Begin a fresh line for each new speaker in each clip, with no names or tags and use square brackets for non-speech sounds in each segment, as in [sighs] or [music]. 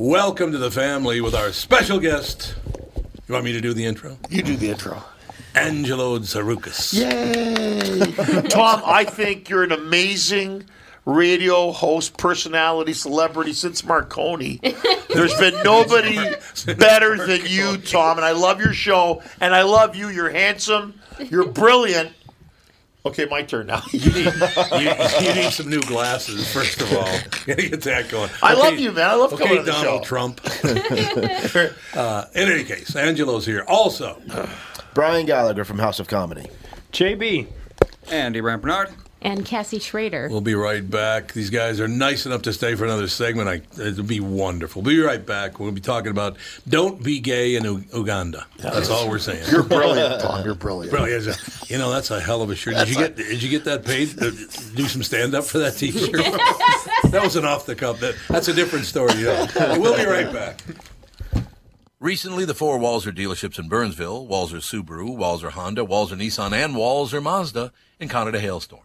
Welcome to the family with our special guest. You want me to do the intro?
You do the intro.
Angelo Zarukas.
Yay! Tom, I think you're an amazing radio host, personality, celebrity since Marconi. There's been nobody better than you, Tom, and I love your show, and I love you. You're handsome, you're brilliant. Okay, my turn now. [laughs]
You need, [laughs] you, you need some new glasses, first of all.
[laughs]
Gotta get that going.
I love you, man. I love
okay,
coming on the
Donald
show. [laughs]
Trump. [laughs] uh, in any case, Angelo's here. Also,
Brian Gallagher from House of Comedy.
JB.
Andy Rampernard.
and Cassie Schrader.
we'll be right back. These guys are nice enough to stay for another segment. I, it'll be wonderful. We'll be right back. We'll be talking about don't be gay in U- Uganda. That's all we're saying.
You're brilliant, Tom. You're brilliant.
Really, is it? You know, that's a hell of a shirt. Did you get did you get that paid? Uh, do some stand up for that T-shirt. that was an off the cuff. That, that's a different story. You know. We'll be right back.
Recently, the four Walzer dealerships in Burnsville, Walzer Subaru, Walzer Honda, Walzer Nissan, and Walzer Mazda encountered a hailstorm.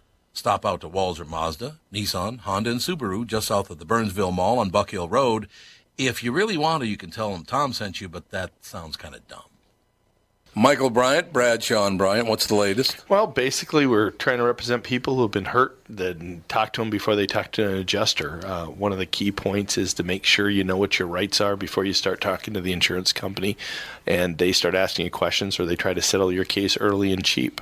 Stop out to Walzer Mazda, Nissan, Honda, and Subaru just south of the Burnsville Mall on Buck Hill Road. If you really want to, you can tell them Tom sent you, but that sounds kind of dumb. Michael Bryant, Brad Sean Bryant, what's the latest?
Well, basically, we're trying to represent people who have been hurt then talk to them before they talk to an adjuster. Uh, one of the key points is to make sure you know what your rights are before you start talking to the insurance company and they start asking you questions or they try to settle your case early and cheap.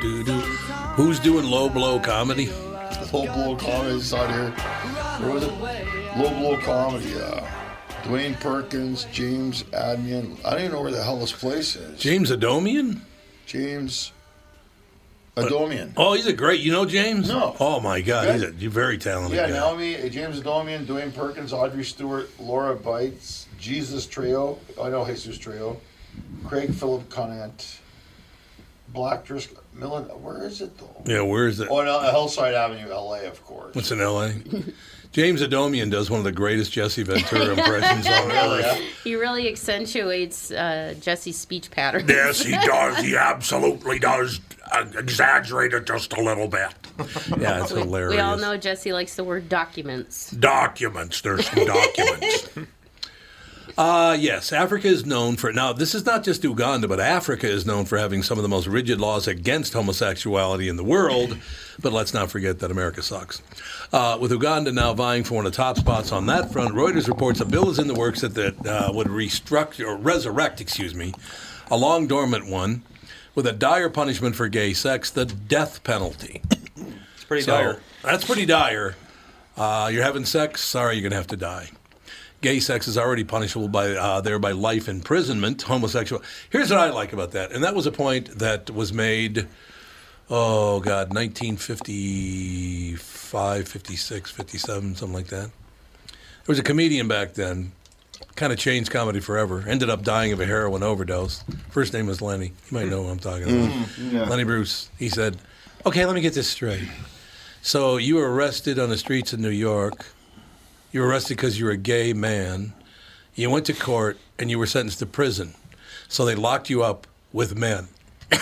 Doo-doo. Who's doing low blow comedy?
Low blow comedy's out here. There was a low blow comedy. Uh, Dwayne Perkins, James Admian. I don't even know where the hell this place is.
James Adomian?
James Adomian.
Oh, he's a great. You know James?
No.
Oh my God, he's a he's a very talented.
yeah,
guy.
Naomi, uh, James Adomian, Dwayne Perkins, Audrey Stewart, Laura Bites, oh, Jesus Trio. I know Jesus Trio. Craig Philip Conant, Black Driscoll Millen. Where is it though?
Yeah, where is it?
Oh, no, Hillside Avenue, L.A. Of course.
It's in L.A. James Adomian does one of the greatest Jesse Ventura impressions
[laughs]
on earth.
He really accentuates uh, Jesse's speech pattern.
Yes, he does. He absolutely does. Uh, exaggerate it just a little bit.
Yeah, it's hilarious.
We all know Jesse likes the word documents.
Documents. There's some documents.
Uh, yes, Africa is known for. Now, this is not just Uganda, but Africa is known for having some of the most rigid laws against homosexuality in the world. But let's not forget that America sucks. Uh, with Uganda now vying for one of the top spots on that front, Reuters reports a bill is in the works that, that uh, would restructure or resurrect, excuse me, a long dormant one with a dire punishment for gay sex, the death penalty.
It's pretty
So,
dire.
That's pretty dire. Uh, you're having sex. Sorry, you're going to have to die. Gay sex is already punishable by uh, there by life imprisonment. Homosexual. Here's what I like about that, and that was a point that was made. Oh God, 1955, 56, 57, something like that. There was a comedian back then, kind of changed comedy forever. Ended up dying of a heroin overdose. First name was Lenny. You might know who I'm talking about. Lenny Bruce. He said, "Okay, let me get this straight. So you were arrested on the streets of New York. You were arrested because you were a gay man. You went to court and you were sentenced to prison. So they locked you up with men. [laughs]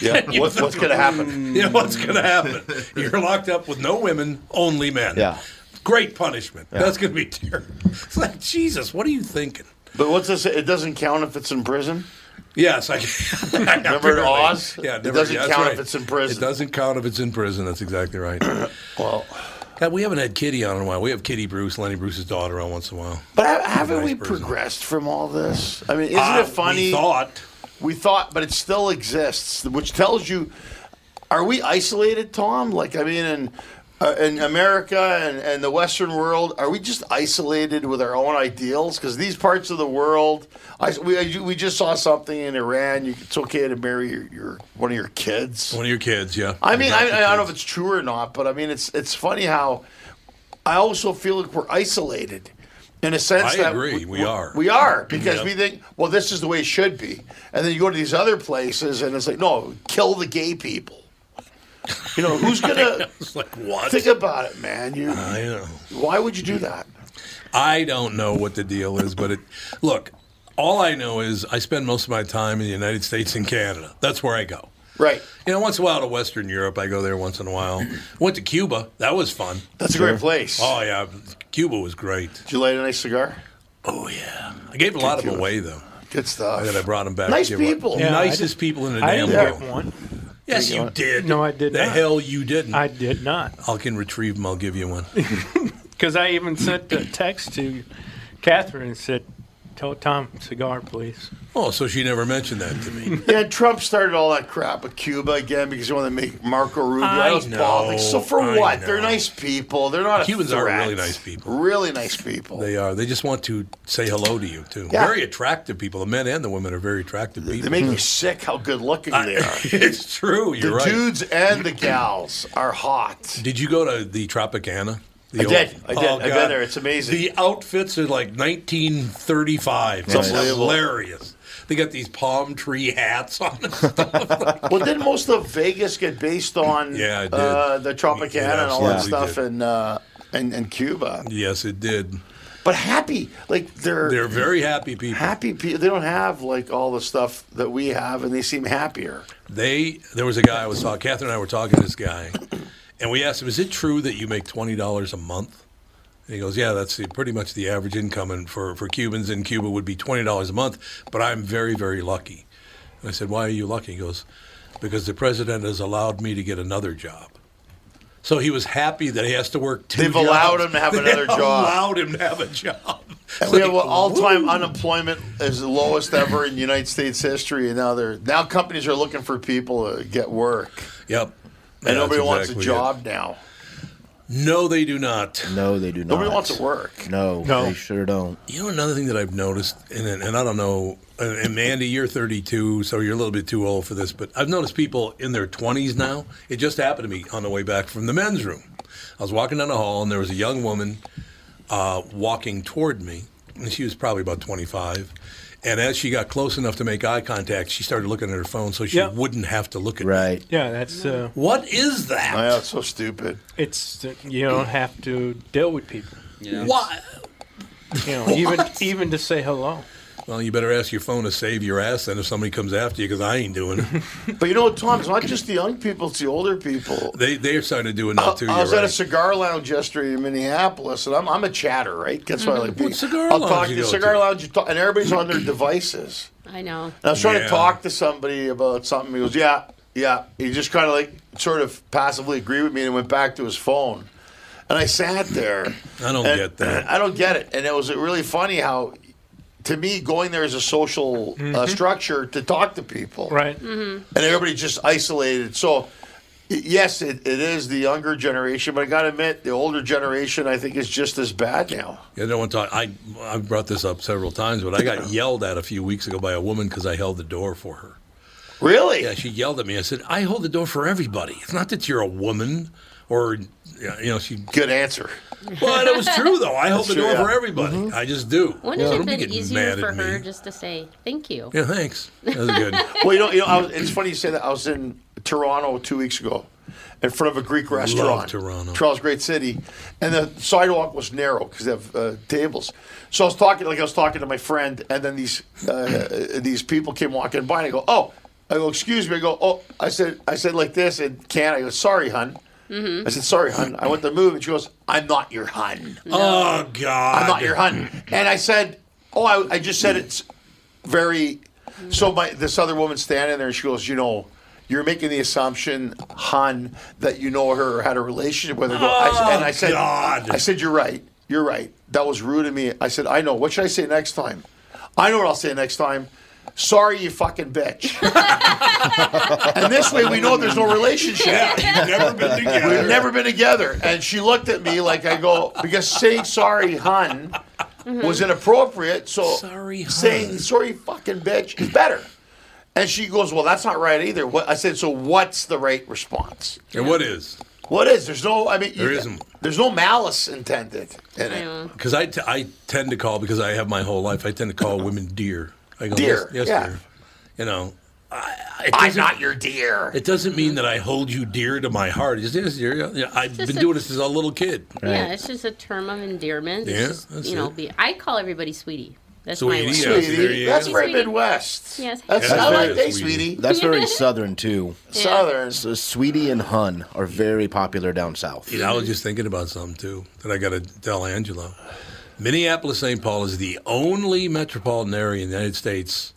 Yeah. What's, what's going to happen?
You know what's going to happen? You're locked up with no women, only men.
Yeah.
Great punishment. That's going to be terrible. It's like Jesus. What are you thinking?
But what's this? It doesn't count if it's in prison.
Yes, [laughs] I.
Remember in Oz?
Yeah,
It
never-
doesn't
yeah, that's
count
right.
if it's in prison.
It doesn't count if it's in prison. That's exactly right.
[coughs] Well,
God, we haven't had Kitty on in a while. We have Kitty Bruce, Lenny Bruce's daughter, on once in a while.
but ha- haven't
Nice
we
person.
progressed from all this? I mean, isn't
Uh,
it funny?
We thought.
We thought, but it still exists, which tells you, are we isolated, Tom? Like, I mean, in, uh, in America and, and the Western world, are we just isolated with our own ideals? Because these parts of the world, I, we, we just saw something in Iran. You, it's okay to marry your, your one of your kids.
One of your kids, yeah.
I mean, I, I don't know if it's true or not, but I mean, it's it's funny how I also feel like we're isolated in a sense
I
that
agree, we are. Mm-hmm.
We are because
Yep.
we think, well, this is the way it should be, and then you go to these other places, and it's like, no, kill the gay people. You know,
[laughs]
who's gonna
It's like what?
think about it, man? You,
I know.
why would you do that?
I don't know what the deal is, but it look. All I know is I spend most of my time in the United States and Canada. That's where I go.
Right.
You know, once in a while to Western Europe, I go there once in a [clears throat] while. Went to Cuba. That was fun.
That's a great place.
Oh yeah, Cuba was great.
Did you light a nice cigar?
Oh yeah, I gave a lot of them away though.
Good stuff.
And then I brought them back.
Nice
Give 'em up.
people.
Yeah, I
Nicest people in the
I
damn
didn't get
world.
one.
Yes, you did.
No, I did
The
not.
hell you didn't.
I
I
did not.
can retrieve them. I'll give you
[laughs]
one.
Because I even sent a text to Catherine and said, tell Tom, cigar, please.
Oh, so she never mentioned that to me.
Yeah, Trump started all that crap with Cuba again because he wanted to make Marco Rubio
I
out of
know,
politics. So for
I
what?
know.
They're nice people. They're not.
Cubans
a
are
threat.
really nice people.
Really nice people. They,
They are. They just want to say hello to you too.
Yeah.
Very attractive people. The men and the women are very attractive people.
make you sick how good looking they are.
[laughs] it's true.
The
Hmm. [laughs] You're right.
dudes and the gals
[laughs]
are hot.
Did you go to the Tropicana? The
I did. I did.
Oh,
I've been
God.
there. It's amazing.
The outfits are like 1935. It's
unbelievable.
hilarious. They got these palm tree hats on. and
[laughs]
stuff.
well, didn't most of Vegas get based on
Yeah, it did.
uh, the Tropicana
It
and all that
absolutely
stuff
did.
and, uh, and and Cuba?
yes, it did.
But happy, like they're
They're very happy people.
happy people. They don't have like all the stuff that we have, and they seem happier.
They there was a guy I was talking. Catherine and I were talking to this guy, and we asked him, "Is it true that you make twenty dollars a month?" And he goes, "Yeah, that's the, pretty much the average income, and for for Cubans in Cuba would be twenty dollars a month. But I'm very very lucky." And I said, "Why are you lucky?" He goes, "Because the president has allowed me to get another job." So he was happy that he has to work two.
They've allowed
jobs.
him to
[laughs]
have
They
another job.
Allowed him to have a job. It's
We
like,
have all time unemployment is the lowest ever in United States history, and now they're now companies are looking for people to get work,
Yep.
and
Yeah,
nobody
that's
wants
exactly
a
it.
job now.
No, they do not.
No, they do not.
Nobody wants to work.
No,
No.
they sure don't.
You know, another thing that I've noticed, and, and I don't know, and and Mandy, you're 32, so you're a little bit too old for this, but I've noticed people in their 20s now. It just happened to me on the way back from the men's room. I was walking down the hall, and there was a young woman uh, walking toward me, and she was probably about 25. And as she got close enough to make eye contact, she started looking at her phone so she
Yep.
wouldn't have to look at
Right.
Yeah, that's. Uh,
what is that?
I know, Oh, it's so stupid.
It's that you don't have to deal with people.
Yeah. What?
You know, even even to say hello.
Well, you better ask your phone to save your ass then if somebody comes after you because I ain't doing it.
But you know what, Tom? It's not just the young people; it's the older people.
they, they're starting to do it now, too.
Uh, I
you're
was at a
right.
cigar lounge yesterday in Minneapolis, and I'm, I'm a chatter, right? That's why I like being.
Mm-hmm. cigar
I'll
lounge
talk
you
to
go
cigar
to?
lounge, you talk, and everybody's on their devices.
I know.
And I was trying
Yeah.
to talk to somebody about something. He goes, "Yeah, yeah." He just kind of like sort of passively agreed with me and went back to his phone. And I sat there.
[clears throat] I don't
and-
get that.
[clears throat] I don't get it. And it was really funny how, to me, going there is a social uh,
Mhm.
structure to talk to people,
Right.
Mm-hmm.
and everybody just isolated. So, y- yes, it, it is the younger generation, but I got to admit, the older generation I think is just as bad now.
Yeah, I don't want to talk. I I brought this up several times, but I got yelled at a few weeks ago by a woman because I held the door for her.
Really?
Yeah, she yelled at me. I said, I hold the door for everybody. It's not that you're a woman or, yeah, you know,
[laughs]
she.
Good answer.
Well, and it was true though. I hold the
That's true,
door
yeah. Mm-hmm.
for everybody. I just do.
Wouldn't it
Don't
have
be
been
getting
easier
mad
for
at me.
her just to say thank you?
Yeah, thanks. That was
[laughs]
good.
[laughs] well, you know, you know I was, it's funny you say that. I was in Toronto two weeks ago, in front of a Greek restaurant.
Toronto.
Toronto's a great city, and the sidewalk was narrow because they have uh, tables. So I was talking, like I was talking to my friend, and then these uh, [laughs] these people came walking by, and I go, "Oh," I go, "Excuse me," I go, "Oh," I said, I said like this, and can I go, "Sorry, hun."
Mhm.
I said, "Sorry, hun." I went to move, and she goes, "I'm not your hun."
Oh God!
I'm not your hun. And I said, "Oh, I, I just said it's very." So my this other woman standing there, and she goes, "You know, you're making the assumption, hun, that you know her or had a relationship with her." Go- I s- and I said,
Oh, God.
"I said you're right. You're right. That was rude of me." I said, "I know. What should I say next time? I know what I'll say next time." Sorry, you fucking bitch. [laughs] and this way, we know there's no relationship.
Yeah, you've never been together.
[laughs] We've never been together. And she looked at me like I go, because saying sorry, hun, was inappropriate. So
Sorry, hun.
saying sorry, fucking bitch, is better. And she goes, well, that's not right either. What I said, so what's the right response?
And what is?
What is? There's no. I mean,
There isn't.
There's no malice intended in it.
Because I, t- I tend to call because I have my whole life. I tend to call women dear. I go,
Dear,
Yes, yes
yeah.
dear. You know, I, it
I'm
doesn't-
not your dear.
It doesn't mean that I hold you dear to my heart. It's just, yeah, yeah, I've
just
been
a-
doing this since I was a little kid.
Yeah, it's just a term of endearment. It's
Yeah,
just,
that's
you know,
it.
be, I call everybody sweetie. That's
Sweetie,
my word.
yeah, Sweetie, see, there you
that's
go.
very
Sweetie.
Midwest.
Yes.
That's
Yeah,
I
that's
like
very
day,
sweetie.
sweetie.
That's very southern too.
Southern.
So sweetie and hun are very popular down south.
You know, I was just thinking about something too that I got to tell Angelo. Minneapolis St. Paul is the only metropolitan area in the United States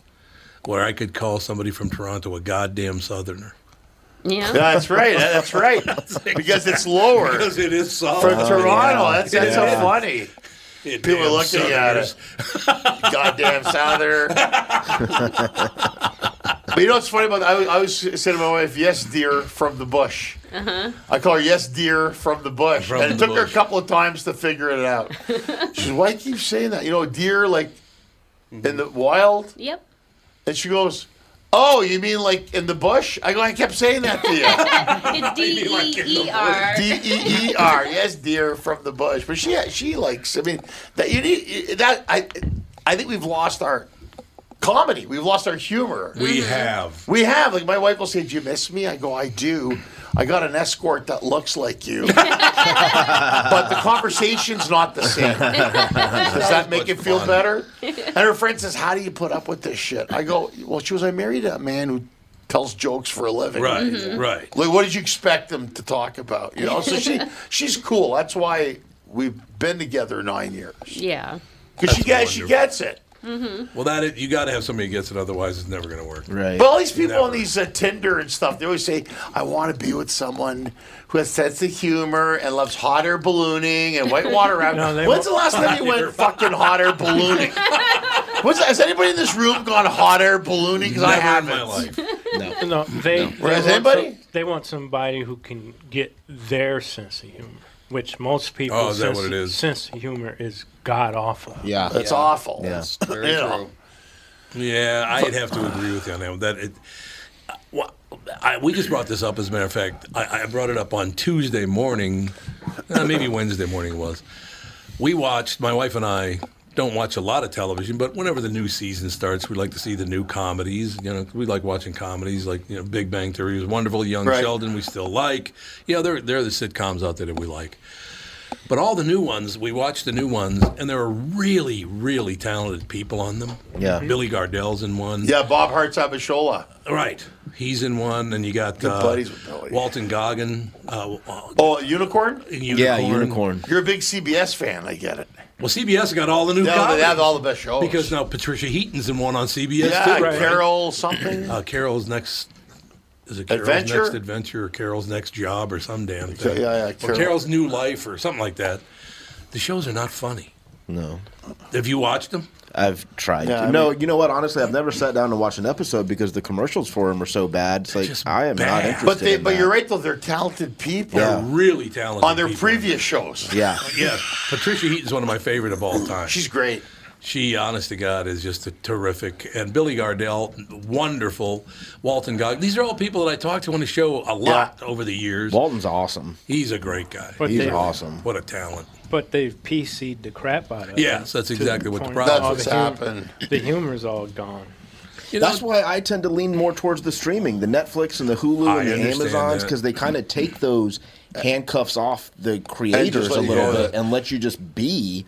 where I could call somebody from Toronto a goddamn southerner.
[laughs] Yeah.
That's right. That's right.
[laughs]
Because it's lower.
Because it is
From
southern.
Toronto. That's, that's
Yeah.
so funny.
It
People
damn
are looking at
Southerners.
us. Goddamn Souther. but you know what's funny about that? I, I always say to my wife, yes, dear, from the bush.
Uh-huh.
I call her yes, dear, from the bush.
From
and it
the
took her a
bush.
couple of times to figure it out. she says, why do you keep saying that? You know, deer, like
Mm-hmm.
in the wild?
Yep.
And she goes, oh, you mean like in the bush? I go, I kept saying that to you.
[laughs]
It's D E E R.
D E E R. Yes, dear, from the bush. But she she likes. I mean, that you need that. I I think we've lost our comedy. We've lost our humor.
We
Mm-hmm.
have.
We have. Like my wife will say, "Do you miss me?" I go, "I do." I got an escort that looks like you, but the conversation's not the same. Does that make it feel better? And her friend says, "How do you put up with this shit?" I go, "Well, she was. I married a man who tells jokes for a living.
Right,
Mm-hmm.
right.
Like, what did you expect them to talk about? You know, so [laughs] she she's cool. That's why we've been together nine years
Yeah.
because she
That's
gets she
wonderful.
gets it.
Well, that is, you got to have somebody who gets it, otherwise it's never going to work.
Right.
But all these people on
Never.
these uh, Tinder and stuff, they always say, "I want to be with someone who has sense of humor and loves hot air ballooning and whitewater rafting."
No, they
When's the
won't-
last time you went fucking hot air ballooning? What's, has anybody in this room gone hot air ballooning? Because I
Never in
haven't.
my life.
No, they. they
Whereas
want
anybody-
some- they want somebody who can get their sense of humor, which most people's
Oh, is that
sense,
what it is?
sense of humor is god awful.
Yeah.
That's awful.
Yeah.
Very
You know.
true.
Yeah, I'd have to agree with you on that. one. That it, well, I, we just brought this up. As a matter of fact, I, I brought it up on Tuesday morning, uh, maybe Wednesday morning it was. We watched my wife and I don't watch a lot of television, but whenever the new season starts, we like to see the new comedies. You know, we like watching comedies like you know Big Bang Theory was wonderful, Young
Right.
Sheldon we still like. Yeah, they're they're the sitcoms out there that we like. But all the new ones, we watch the new ones, and there are really, really talented people on them.
Yeah.
Billy Gardell's in one.
Yeah, Bob Hartsock Bishola.
Right. He's in one, and you got
Good
uh,
buddies with Billy.
Walton Goggin. Uh,
oh, Unicorn?
Unicorn.
You're a big CBS fan. I get it.
Well, CBS got all the new.
Yeah, they have
comedies.
all the best shows.
Because now Patricia Heaton's in one on CBS
yeah,
too. right?
Carol something.
Uh, Carol's next. Is it Carol's
Adventure?
next adventure or Carol's next job or some damn
Yeah,
thing?
yeah, yeah,
Or
Carol.
Carol's new life or something like that. The shows are not funny.
No.
Have you watched them?
I've tried.
Yeah, I
to. No, you know what? Honestly, I've never sat down to watch an episode because the commercials for them are so bad. It's like I am not interested.
But they,
in
but
that.
you're right though. They're talented people.
They're Yeah.
really talented
on their previous shows.
Yeah.
yeah, Patricia Heaton's one of my favorite of all time. She's
great.
She, honest to God, is just a terrific. And Billy Gardell, wonderful. Walton Gog. These are all people that I talked to on the show a lot over the years.
Walton's awesome.
He's a great guy.
But He's they- awesome.
What a talent.
But they've PC'd the crap out of it.
Yes, that's exactly what the
Oh,
problem
problem
is.
is.
That's
happened.
The humor's all gone.
That's why I tend to lean more towards the streaming, the Netflix and the Hulu
I
and the
understand
Amazons,
that.
because they kind of take those handcuffs off the creators
let
a
you
little
go.
bit and let you just be.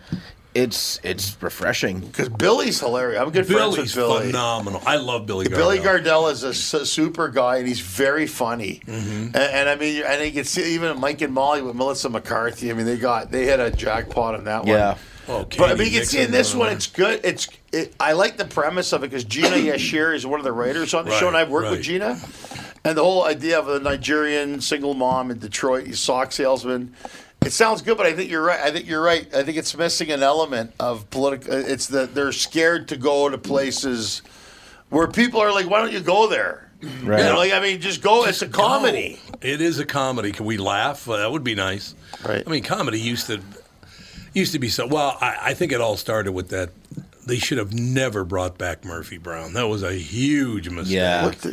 It's it's refreshing because
Billy's hilarious. I'm good friends with
Billy's
Billy.
Phenomenal. I love Billy Gardell.
Billy Gardell is a su- super guy, and he's very funny.
Mhm.
And, and I mean, and you can see even Mike and Molly with Melissa McCarthy. I mean, they got they hit a jackpot on that
Yeah.
one.
Oh,
but I
Katie
mean, you can see
Dixon,
in this
uh,
one, it's good. It's it, I like the premise of it
[clears throat]
because Gina Yashir is one of the writers on the show,
Right,
and I've worked
right.
with Gina. And the whole idea of a Nigerian single mom in Detroit, he's a sock salesman. It sounds good, but I think you're right. I think you're right. I think it's missing an element of political. It's that they're scared to go to places where people are like, "Why don't you go there?"
Right.
You know, like I mean, just go. it's a comedy.
It is a comedy. Can we laugh? Uh, that would be nice. Right. I mean, comedy used to used to be so. Well, I, I think it all started with that. They should have never brought back Murphy Brown. That was a huge mistake.
Yeah. What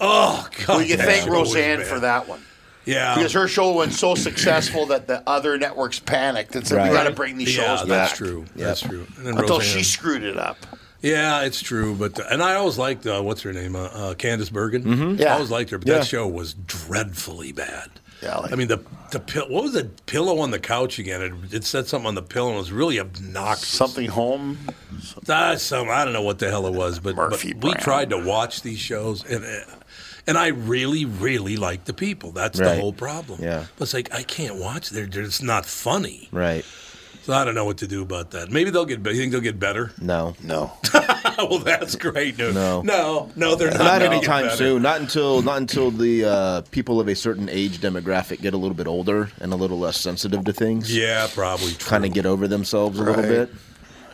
oh God.
we can
that
thank
show was
Roseanne
bad. Um,
for that one.
Yeah.
Because her show was so successful that the other networks panicked and said,
Right.
"We got to bring these
Yeah,
shows back."
that's true. That's true. And then
Until
Roseanne.
she screwed it up.
Yeah, it's true. But and I always liked uh, what's her name, uh, uh, Candace Bergen.
Mhm. Yeah.
I always liked her. But
Yeah.
that show was dreadfully bad. Yeah, I mean the the pill. What was the pillow on the couch again? It, it said something on the pillow. and It was really obnoxious.
Something home.
Uh, some I don't know what the hell it was, but, but
Murphy
we
Brown.
tried to watch these shows and. uh, and I really, really like the people. That's the
Right.
whole problem.
Yeah.
But it's like I can't watch. They're, they're it's not funny.
right.
So I don't know what to do about that. Maybe they'll get. be- You think they'll get better?
No,
no,
[laughs] well, that's great news.
No.
no, no, they're not.
not
gonna get
anytime
better.
soon. Not until not until the uh, people of a certain age demographic get a little bit older and a little less sensitive to things.
Yeah, probably.
Kind of get over themselves a
Right.
little bit.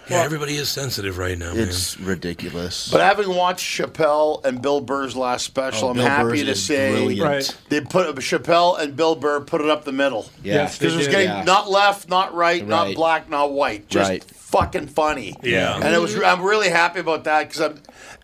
Yeah, everybody is sensitive right now,
It's ridiculous.
But having watched Chappelle and Bill Burr's last special,
Oh,
I'm
Bill
happy
Burr's
to
is
say
brilliant. Right.
they put Chappelle and Bill Burr put it up the middle.
Yeah. Yes, they
because it was
did.
getting
Yeah.
not left, not right, not
Right.
black, not white, just
Right.
fucking funny.
Yeah.
and it was. I'm really happy about that because I'm.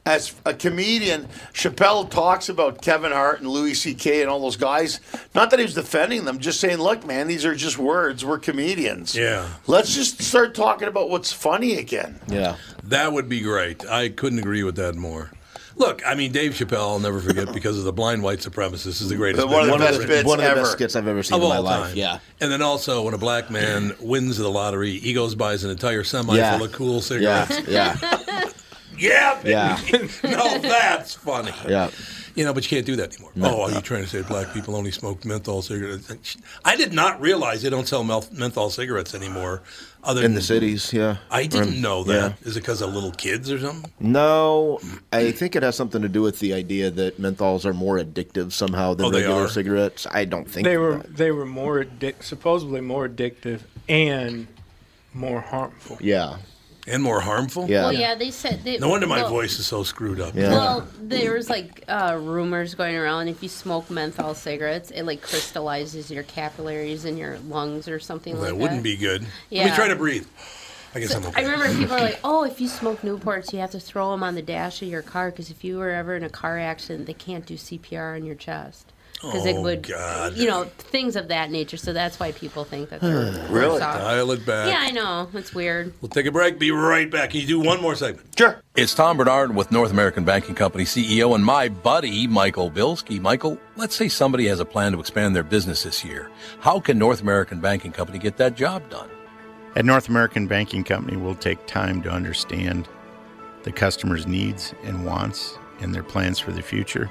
As a comedian, Chappelle talks about Kevin Hart and Louis C.K. and all those guys. Not that he was defending them, just saying, "Look, man, these are just words. We're comedians.
Yeah.
Let's just start talking about what's funny again."
Yeah.
That would be great. I couldn't agree with that more. Look, I mean, Dave Chappelle, I'll never
[laughs]
forget because of the blind white supremacist is the greatest.
One of the
bit
best
ever
bits
written.
One of the best ever. skits I've ever seen
Of
in my
all
life,
time.
yeah.
And then also when a black
[clears throat]
man wins the lottery, he goes buys an entire semi
Yeah.
full of cool cigarettes.
Yeah.
yeah.
Yeah.
baby. [laughs] no, that's funny.
[laughs]
Yeah.
You know, but you can't do that anymore.
No.
oh, are you trying to say black people only smoke menthol cigarettes? I did not realize they don't sell mel- menthol cigarettes anymore. Other
In
than
the cities, yeah.
I didn't
Or-
know
yeah.
that. Is it because of little kids or something?
No, I think it has something to do with the idea that menthols are more addictive somehow than
Oh, they
regular
are?
cigarettes. I don't think
They were they were more addic- supposedly more addictive and more harmful.
Yeah.
And more harmful?
Yeah.
Well, yeah, they said. They,
No wonder my
well-
voice is so screwed up.
Well, there was like uh, rumors going around. If you smoke menthol cigarettes, it like crystallizes your capillaries in your lungs or something
that
like that.
wouldn't be good. Let me
Yeah.
try to breathe. I guess I'm
I
okay.
remember people are like, "Oh, if you smoke Newports, you have to throw them on the dash of your car because if you were ever in a car accident, they can't do CPR on your chest." because it
Oh,
would,
God.
you know, things of that nature. So that's why people
[sighs]
think that they're
Really?
soft.
Dial it back.
Yeah, I know. It's weird.
We'll take a break. Be right back. Can you do one more segment?
Sure.
It's Tom Bernard with North American Banking Company CEO and my buddy, Michael Bilski. Michael, let's say somebody has a plan to expand their business this year. How can North American Banking Company get that job done?
At North American Banking Company, we'll take time to understand the customer's needs and wants and their plans for the future.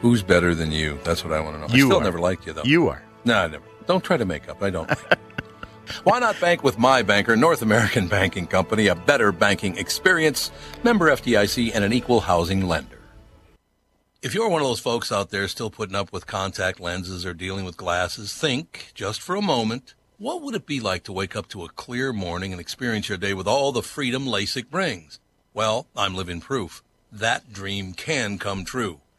Who's better than you? That's what I want to know. I
You
still
are.
never liked you though.
You are.
No, I never. Don't try to make up. I don't. like you. Why not bank with my banker, North American Banking Company, a better banking experience, member FDIC, and an equal housing lender. If you're one of those folks out there still putting up with contact lenses or dealing with glasses, think just for a moment what would it be like to wake up to a clear morning and experience your day with all the freedom LASIK brings? Well, I'm living proof. That dream can come true.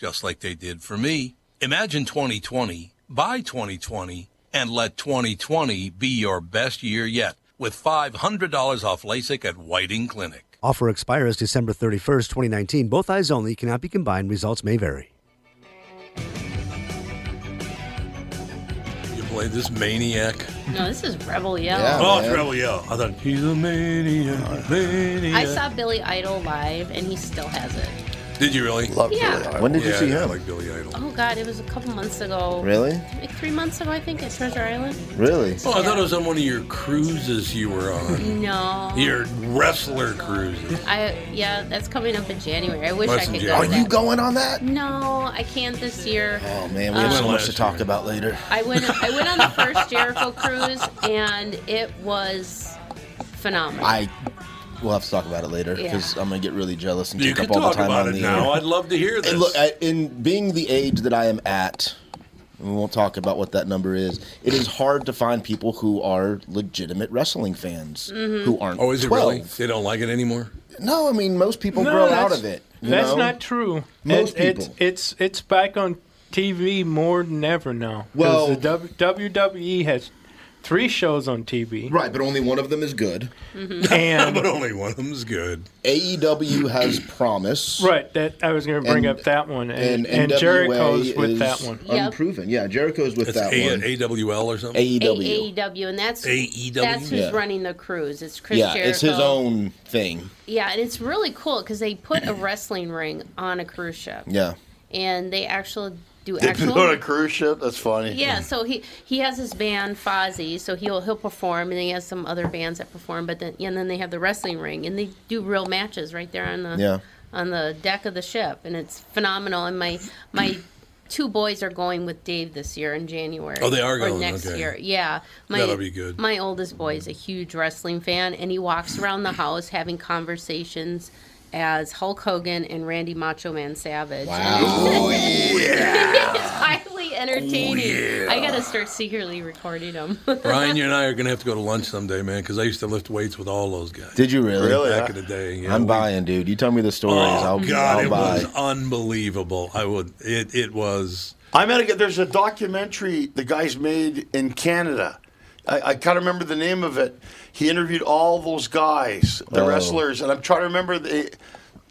just like they did for me. Imagine 2020, buy 2020, and let 2020 be your best year yet with $500 off LASIK at Whiting Clinic.
Offer expires December 31st, 2019. Both eyes only cannot be combined. Results may vary.
You played this maniac.
No, this is Rebel Yell.
oh, it's Rebel Yell. I thought he's a maniac. maniac.
I saw Billy Idol live, and he still has it.
Did you Oh, really?
Love Yeah. Billy Idol.
When did you
Yeah,
see
I
him?
like Billy Idol.
Oh God, it was a couple months ago.
Really?
Like three months ago, I think, at Treasure Island.
Really?
Oh, I thought it was on one of your cruises you were on.
No.
Your wrestler cruises.
I yeah, that's coming up in January. I wish I
That's in
could go.
January.
to
Are you
that.
going on that?
No, I can't this year.
Oh man, we have
Um,
so much to talk about later.
I went. I went on the first Jericho cruise, and it was phenomenal.
I we'll have to talk about it later
Yeah.
because I'm gonna get really jealous and
You can
take up all
talk
the time
about
on
it
the
now.
air.
I'd love to hear this.
And look, I, in being the age that I am at, and we won't talk about what that number is. It is hard to find people who are legitimate wrestling fans
Mhm.
who aren't.
Oh, is it
12.
really? They don't like it anymore?
No, I mean most people grow out
that's-
of it. you
That's
know?
not true.
Most
It- it's,
people.
It's, it's back on TV more than ever now. 'Cause
Well-
the W- WWE has three shows on TV.
Right, but only one of them is good.
[laughs]
[laughs]
And
but only one of them's good.
AEW E has promise.
right, that I was going to bring
And-
up that one, and,
And,
and,
NWA
Jericho's
is
with that one.
Unproven. Yeah, Jericho's with
It's
that
A- E
one.
AWL or something?
E
E
AEW.
AEW, and that's
E
AEW?
that's who's
Yeah.
running the cruise. It's Chris
Yeah,
Jericho.
it's his own thing.
Yeah, and it's really cool because they put a wrestling ring on a cruise ship,
Yeah.
and they actually do
They
actual.
put on a cruise ship. That's funny.
Yeah, so he he has his band Fozzy, so he'll he'll perform, and then he has some other bands that perform. But then and then they have the wrestling ring, and they do real matches right there on the
Yeah.
on the deck of the ship, and it's phenomenal. And my my two boys are going with Dave this year in January.
Oh, they are
Or
going,
next
okay.
year, yeah. My,
That'll be good.
My oldest boy is a huge wrestling fan, and he walks around the house having conversations. As Hulk Hogan and Randy Macho Man Savage. [laughs]
Wow.
it's [laughs] highly entertaining. I gotta start secretly recording them.
Brian, you and I are going to have to go to lunch someday, man, because I used to lift weights with all those guys.
Did you really?
Back in the day. Yeah,
I'm
we-
buying, dude. You tell me the stories. I'll,
Oh, God,
I'll
it
buy.
was unbelievable. I would. It, it was.
I'm at a. There's a documentary the guys made in Canada. I, I can't remember the name of it. He interviewed all those guys, the
Oh.
wrestlers, and I'm trying to remember the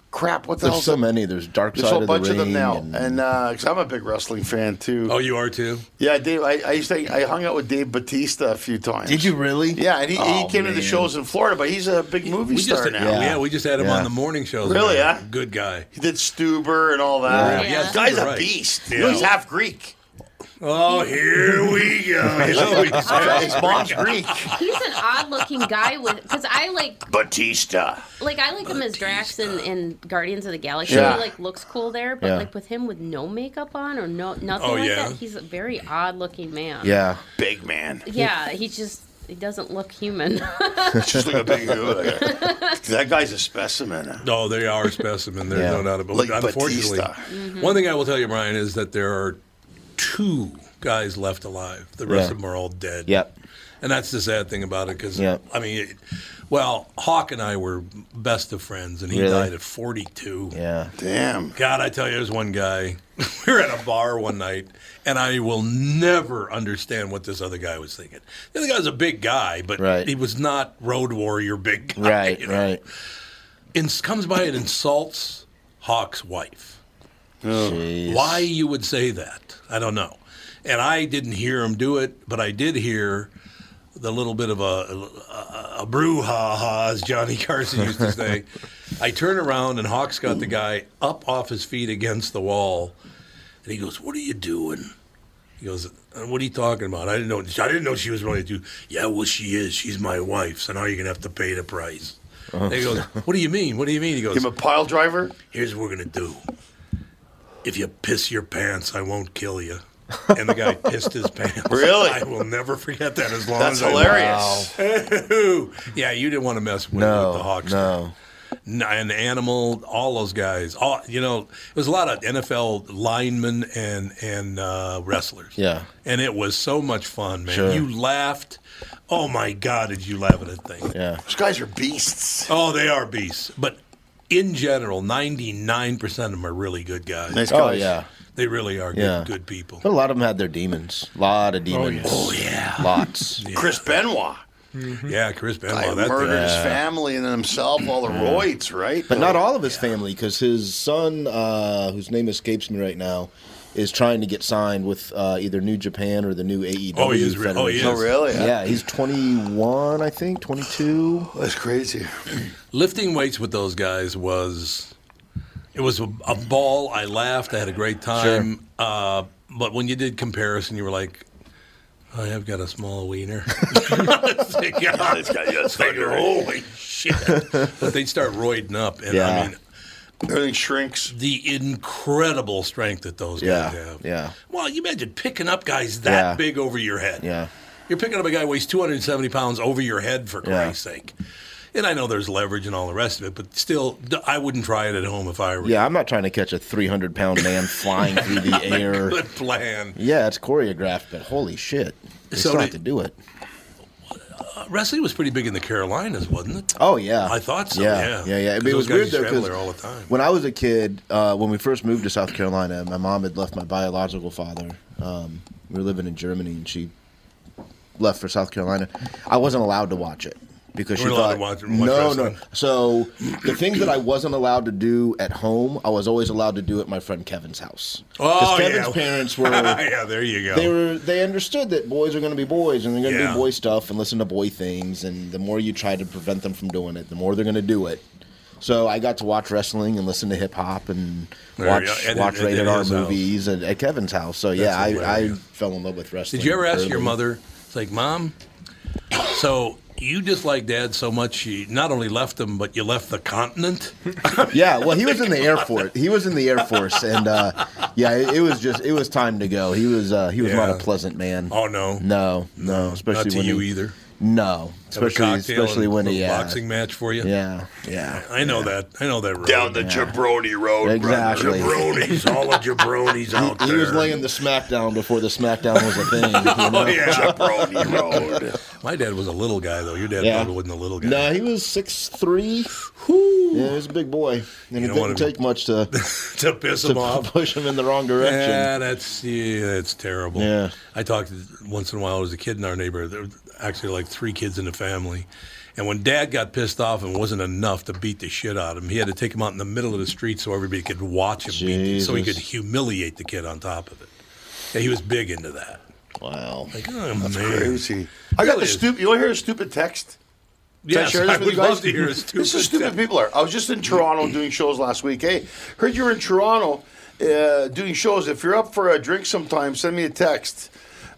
crap. What the hell?
There's so many. There's Dark
There's a
Side
whole
of
bunch
the
of them
Ring.
now,
and-
and because I'm a big wrestling fan too.
Oh, you are too.
Yeah, Dave. I, I used to. I hung out with Dave Batista a few times. Did you
really?
Yeah, and he,
Oh,
he came to the
man.
shows in Florida, but he's a big movie
We
star
just,
now.
yeah. we just had him
Yeah.
on the morning shows.
Really,
man.
yeah?
Good guy.
He did Stuber and all that.
Yeah. Yeah,
This guy's
Stuber,
a
right.
beast.
Yeah.
You know, he's half Greek.
Oh, here we go. Here we go.
His mom's Greek.
[laughs] He's an odd-looking guy with because I like
Batista.
like I like him as Drax in, in Guardians of the Galaxy.
Yeah.
He like looks cool there, but
Yeah.
like with him with no makeup on or no nothing
Oh,
like
yeah.
that, he's a very odd-looking man.
Yeah.
Big man.
Yeah, he just he doesn't look human. [laughs]
Just like a big dude. That guy's a specimen.
No, Oh, they are a specimen. There's
Yeah.
no doubt about it.
Like
Unfortunately,
Batista. Mm-hmm.
Mhm.
one thing I will tell you, Brian, is that there are two guys left alive. The rest
Yeah.
of them are all dead.
Yep.
And that's the sad thing about it because,
Yep.
I mean, it, well, Hawk and I were best of friends, and he
Really?
died at 42.
Yeah.
God, I tell you, there's one guy. [laughs] we were at a bar one night, and I will never understand what this other guy was thinking. The other guy was a big guy, but
Right.
he was not road warrior big guy.
Right,
you know?
right.
Ins- comes by and insults Hawk's wife.
Jeez.
Why you would say that, I don't know. And I didn't hear him do it, but I did hear the little bit of a, a, a brouhaha, as Johnny [laughs] Carson used to
[laughs]
say. I turn around and Hawk's got the guy up off his feet against the wall, and he goes, "What are you doing?" He goes, "Uh, "What are you talking about? I didn't know. I didn't know she was related to." Yeah, well, she is. She's my wife, so now you're gonna have to pay the price. And he goes, "What do you mean? What do you mean?" He goes,
Uh-huh. Give him a pile driver.
Here's what we're gonna do. If you piss your pants, I won't kill you. And the guy pissed his pants.
[laughs] Really?
I will never forget that as long
That's
as I
hilarious.
live. yeah, you didn't want to mess with,
No,
with the Hawks. No. And Animal, all those guys. All you know, it was a lot of NFL linemen and and uh, wrestlers.
Yeah.
And it was so much fun, man.
Sure.
You laughed. Oh my God, did you laugh at that thing?
Yeah.
Those guys are beasts.
Oh, they are beasts. But in general, 99% of them are really good guys.
Nice Oh, guys. yeah. Oh.
They really are good,
Yeah.
good people.
But a lot of them had their demons. A lot of demons.
Oh, yeah.
Lots.
Chris Benoit.
Yeah, Chris Benoit.
Guy
that
murdered his
Yeah.
family and then himself, all the
Yeah.
roids, right?
But not all of his family, because his son, uh, whose name escapes me right now, is trying to get signed with uh, either New Japan or the new AEW.
Oh, he is re-
Federation.
oh, he is. Oh, really?
Yeah, he's 21, I think, 22.
That's crazy.
Lifting weights with those guys was, it was a, a ball. I laughed. I had a great time. Uh, but when you did comparison, you were like, I have got a small
[laughs]
wiener. Thank God.
This
[laughs]
guy got
Thank you. Holy shit. but they'd start roiding up. And I
Yeah.
mean,
Everything shrinks.
The incredible strength that those
Yeah,
guys have.
yeah.
Well, you imagine picking up guys that
Yeah.
big over your head.
Yeah.
You're picking up a guy who weighs 270 pounds over your head, for
Yeah.
Christ's sake. And I know there's leverage and all the rest of it, but still, d- I wouldn't try it at home if I were [laughs]
Yeah, I'm not trying to catch a 300 pound man flying through the
Oh
air.
Good plan.
Yeah, it's choreographed, but holy shit. They
So
still have
did-
to do it.
Uh, wrestling was pretty big in the Carolinas, wasn't it?
Oh yeah,
I thought so.
Yeah,
Yeah,
yeah, yeah.
'Cause
But It
those
was
guys
weird
used to
though
travel
because
there all the time.
when I was a kid, uh, when we first moved to South Carolina, my mom had left my biological father. Um, we were living in Germany, and she left for South Carolina. I wasn't allowed to watch it because
You
she
weren't allowed
thought
to watch- watch
no, no.
wrestling?
So the things that I wasn't allowed to do at home, I was always allowed to do at my friend Kevin's house. 'Cause
Oh,
Kevin's
yeah. [laughs]
parents were
yeah, there you go.
they were they understood that boys are going to be boys and they're going to
Yeah.
do boy stuff and listen to boy things and the more you try to prevent them from doing it the more they're going to do it so i got to watch wrestling and listen to hip hop and
There
watch
you go. And
watch
at- at
rated r
his house.
movies and at kevin's house so yeah
That's
I, I
hilarious.
fell in love with wrestling
Did you ever ask your
early.
mother? It's like, mom. So you dislike dad so much. You not only left him, but you left the continent.
yeah well he was in the air force he was in the air force and uh, yeah it, it was just it was time to go he was uh, he was not a
Yeah.
pleasant man
Oh no,
no no especially
not to
when
you
he-
either.
no
Have a
especially
cocktail
especially
and
when
a
he uh,
little
yeah.
boxing match for you.
Yeah, yeah.
I know that. I know that. Road.
Down the jabroni road,
Exactly.
brother.
jabronis, all the jabronis out
He
there.
was laying the smackdown before the smackdown was a
[laughs]
thing. you know?
oh [laughs] yeah, [laughs] jabroni road. My dad was a little guy though. Your dad
Yeah.
probably wasn't a little guy.
No, he was six three. Yeah, he was a big boy, and it
don't
didn't
wanna-
take much to
[laughs] to piss
[laughs]
him off.
push him in the wrong direction.
Yeah, that's yeah, that's terrible. Yeah, I talked once in a while. There was a kid in our neighborhood. There were actually like three kids in the family, and when Dad got pissed off and wasn't enough to beat the shit out of him, he had to take him out in the middle of the street so everybody could watch him, beat, so he
Jesus.
could humiliate the kid on top of it. Yeah, he was big into that.
Wow,
like oh,
That's
man.
crazy. I got
Really
the
is.
stupid. You want to hear a stupid text? Can
Yes,
I, share [laughs] this
I
with
would
you guys?
love to hear a
This is stupid people are. I was just in Toronto doing shows last week. Hey, heard you were in Toronto. uh, doing shows. If you're up for a drink sometime, send me a text.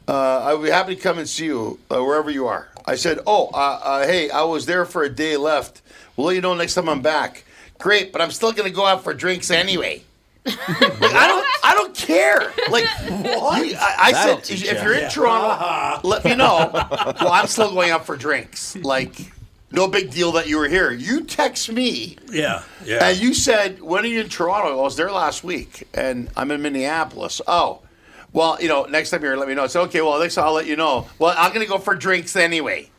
Uh, I would be happy to come and see you uh, wherever you are. I said, "Oh, uh, uh, hey, I was there for a day left. We'll let you know next time I'm back." Great, but I'm still gonna go out for drinks anyway. Like, I don't, I don't care. Like, I, I
That'll
said,
teach
if
ya.
you're in
Yeah.
Uh-huh.
Toronto, let me
[laughs]
know. Well, I'm still going out for drinks. Like, no big deal that you were here. You text me
Yeah.
and you said, when are you in Toronto? I was there last week, and I'm in Minneapolis. Oh, well, you know, next time you're here, let me know. I said, okay, well, next time I'll let you know. Well, I'm going to go for drinks anyway.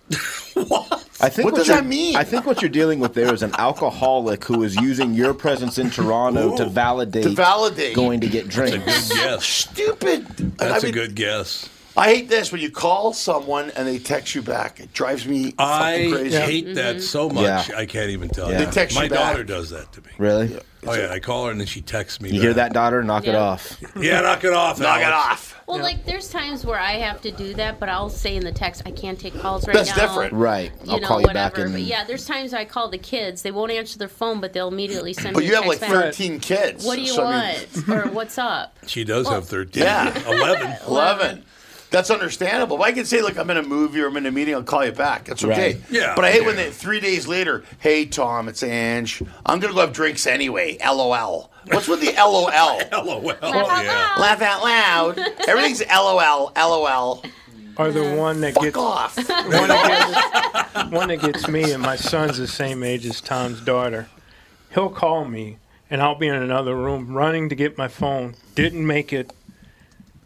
I think
What does
you're-
that mean?
I think what you're dealing with there is an alcoholic who is using your presence in Toronto to validate
to validate.
going to get
That's a good
drinks.
guess.
Stupid.
That's
I
a good guess.
I hate this when you call someone and they text you back. It drives me
I
fucking crazy.
hate that so much. I can't even tell
Yeah.
you.
They text
My
you back.
daughter does that to me.
Really?
Oh yeah, I call her and then she texts me.
You hear
back.
that, daughter? Knock it off.
Yeah, knock it off.
Knock it
Alex.
Well, like there's times where I have to do that, but I'll say in the text I can't take calls right
That's
now.
different. Right.
You
I'll
know,
call you back
whatever. But
in-
yeah, there's times I call the kids. They won't answer their phone, but they'll immediately send.
But
me
you
a
have like
text back,
13 kids.
What do you
so I mean-
want? [laughs] or what's up?
She does have 13.
Yeah. [laughs]
11.
11. That's understandable. But I can say, like, I'm in a movie or I'm in a meeting, I'll call you back. That's okay.
Right. Yeah.
But I hate when they, three days later, hey, Tom, it's Ange. I'm going to go have drinks anyway. LOL. What's with the [laughs] LOL? LOL.
Oh, yeah.
Laugh out loud. Everything's LOL, LOL.
Or the one that gets
off.
one that gets me and my son's the same age as Tom's daughter. He'll call me and I'll be in another room running to get my phone. Didn't make it.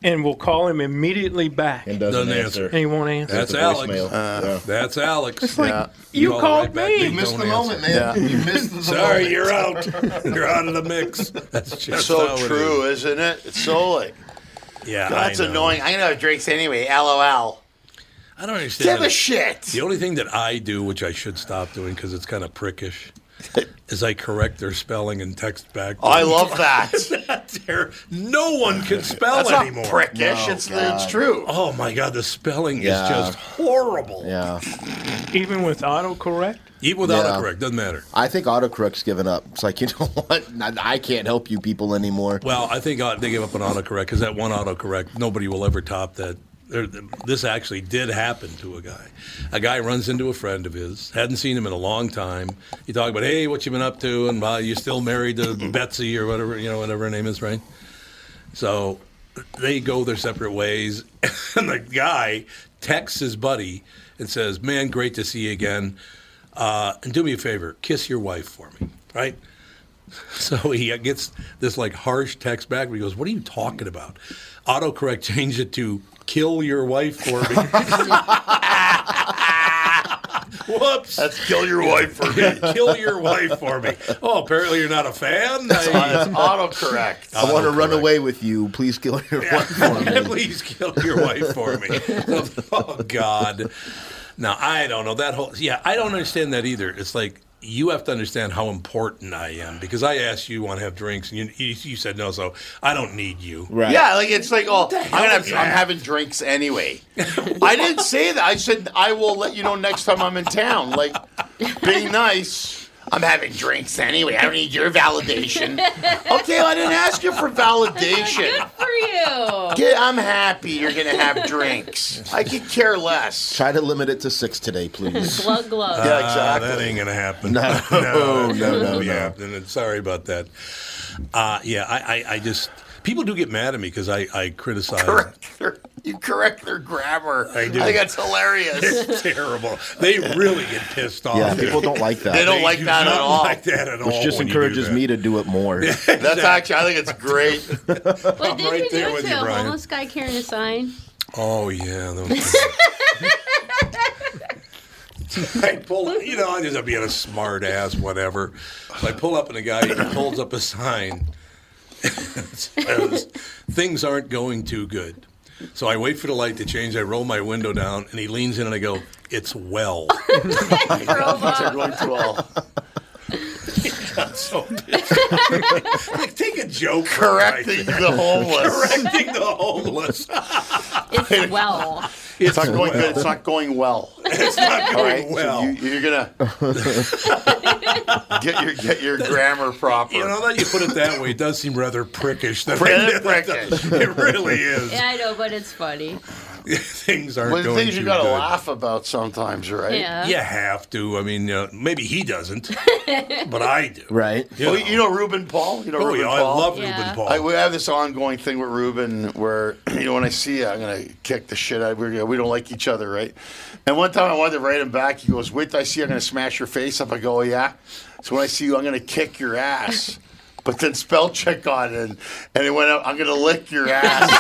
And we'll call him immediately back. And
doesn't Doesn't answer. answer.
And he won't answer.
That's Alex. Uh. That's Alex.
It's like, you
Call
called
right back,
me.
they
You missed
don't
the moment,
answer.
man. Yeah. You missed the
Sorry,
moment.
you're out. [laughs] You're out of the mix. That's just
so
how it
true,
is.
is. isn't it? It's so like,
Yeah,
that's
I know.
annoying. I'm going to have drinks anyway. LOL.
I don't understand.
Give a shit.
The only thing that I do, which I should stop doing because it's kind of
[laughs]
prickish, is I correct their spelling and text back. [laughs]
I love that. [laughs]
That's ter- no one can spell
That's not
anymore.
prickish, No, it's- it's God. true.
Oh my god, the spelling
Yeah.
is just horrible.
Yeah.
Even with autocorrect?
Even without
Yeah.
a correct, doesn't matter.
I think autocorrect's given up. It's like, you know [laughs] what? I I can't help you people anymore.
Well, I think uh, they gave up an autocorrect because that one autocorrect, nobody will ever top that. There, this actually did happen to a guy. A guy runs into a friend of his, hadn't seen him in a long time. He talked about, hey, what you been up to? And uh, you still married to Betsy or whatever, you know, whatever her name is, right? So they go their separate ways. [laughs] And the guy texts his buddy and says, Man, great to see you again. Uh, and do me a favor, kiss your wife for me, right? [laughs] So he gets this like harsh text back. He goes, What are you talking about? Autocorrect [laughs] changed it to kill your wife for me. [laughs] Whoops.
That's kill your wife for
[laughs]
me.
kill your wife for me. Oh, apparently you're not a fan? That's,
that's [laughs] autocorrect.
I want to run away with you. Please kill [laughs] your
[laughs]
wife for me.
Please kill your wife for me. [laughs] oh God. Now I don't know that whole. Yeah, I don't understand that either. It's like you have to understand how important I am because I asked you want to have drinks and you, you, you said no, so I don't need you.
Yeah, like it's like, oh, I'm, gonna have,
is
I'm
that?
having drinks [laughs] anyway. I didn't say that. I said I will let you know next time I'm in town. Like, being nice. I'm having drinks anyway. I don't need your validation. okay, well, I didn't ask you for [laughs] validation.
For you.
[laughs] Okay, I'm happy you're gonna have drinks. I could care less.
Try to limit it to six today, please.
Glug glug.
Uh, that ain't gonna happen. [laughs] No,
[laughs] no,
that's
no,
not
no,
gonna be
no.
happening. Sorry about that. Uh, yeah, I, I, I just people do get mad at me because I, I criticize.
[laughs] You correct their grammar.
I do.
think that's
[laughs]
hilarious. [laughs]
It's terrible. They really get pissed off.
Yeah, people don't like that. They don't like
do
that at
not
all.
Like that at all
Which just
when you do
encourages
that.
me to do it more.
That's actually. I think it's great. [laughs]
What did
right
you
there
do
with
to
you,
a
Brian.
homeless guy carrying a sign?
Oh yeah. those- [laughs] I pull, you know, I just I'm being a smart ass, whatever. So I pull up and a guy holds up a sign. [laughs] It says, Things aren't going too good. So I wait for the light to change. I roll my window down, and he leans in, and I go, "It's well." [laughs]
Things are going too well.
got so [laughs] pissed. like, take a joke.
Correcting the homeless.
[laughs] Correcting the homeless.
It's well.
It's not going good. [laughs] It's not going well.
It's not
All right,
going well.
So you, you're gonna Get your get your grammar proper.
You know that you put it that way, it does seem rather prickish. That I
Rather
did that. [laughs]
prickish.
It really is.
Yeah, I know, but it's funny.
[laughs] things aren't
Well, the
going
things you
too
gotta
good.
laugh about sometimes, right?
Yeah.
You have to. I mean, uh, maybe he doesn't, but I do.
[laughs] Right.
You, know. you know Ruben Paul. You know
Oh,
Reuben
yeah, I
Paul.
love Yeah. Reuben Paul.
I, we
[laughs]
have this ongoing thing with Ruben where [clears throat] you know when I see you, I'm gonna kick the shit out. of you. We- We don't like each other, right? And one time I wanted to write him back. He goes, "Wait, till I see you, I'm gonna smash your face up." I go, oh, "Yeah." So when I see you, I'm gonna kick your ass. [laughs] But then spell check on it, and it went out. I'm gonna lick your ass.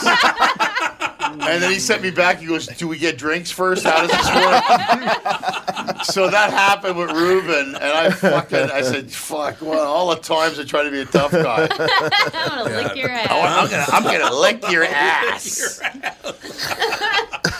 [laughs] and then he sent me back. He goes, "Do we get drinks first? How does this work?" [laughs] so that happened with Ruben, and I fucking I said, "Fuck!" Well, all the times I try to be a tough guy.
I'm gonna lick your ass.
I want- I'm [laughs] gonna, I'm gonna lick your ass.
[laughs]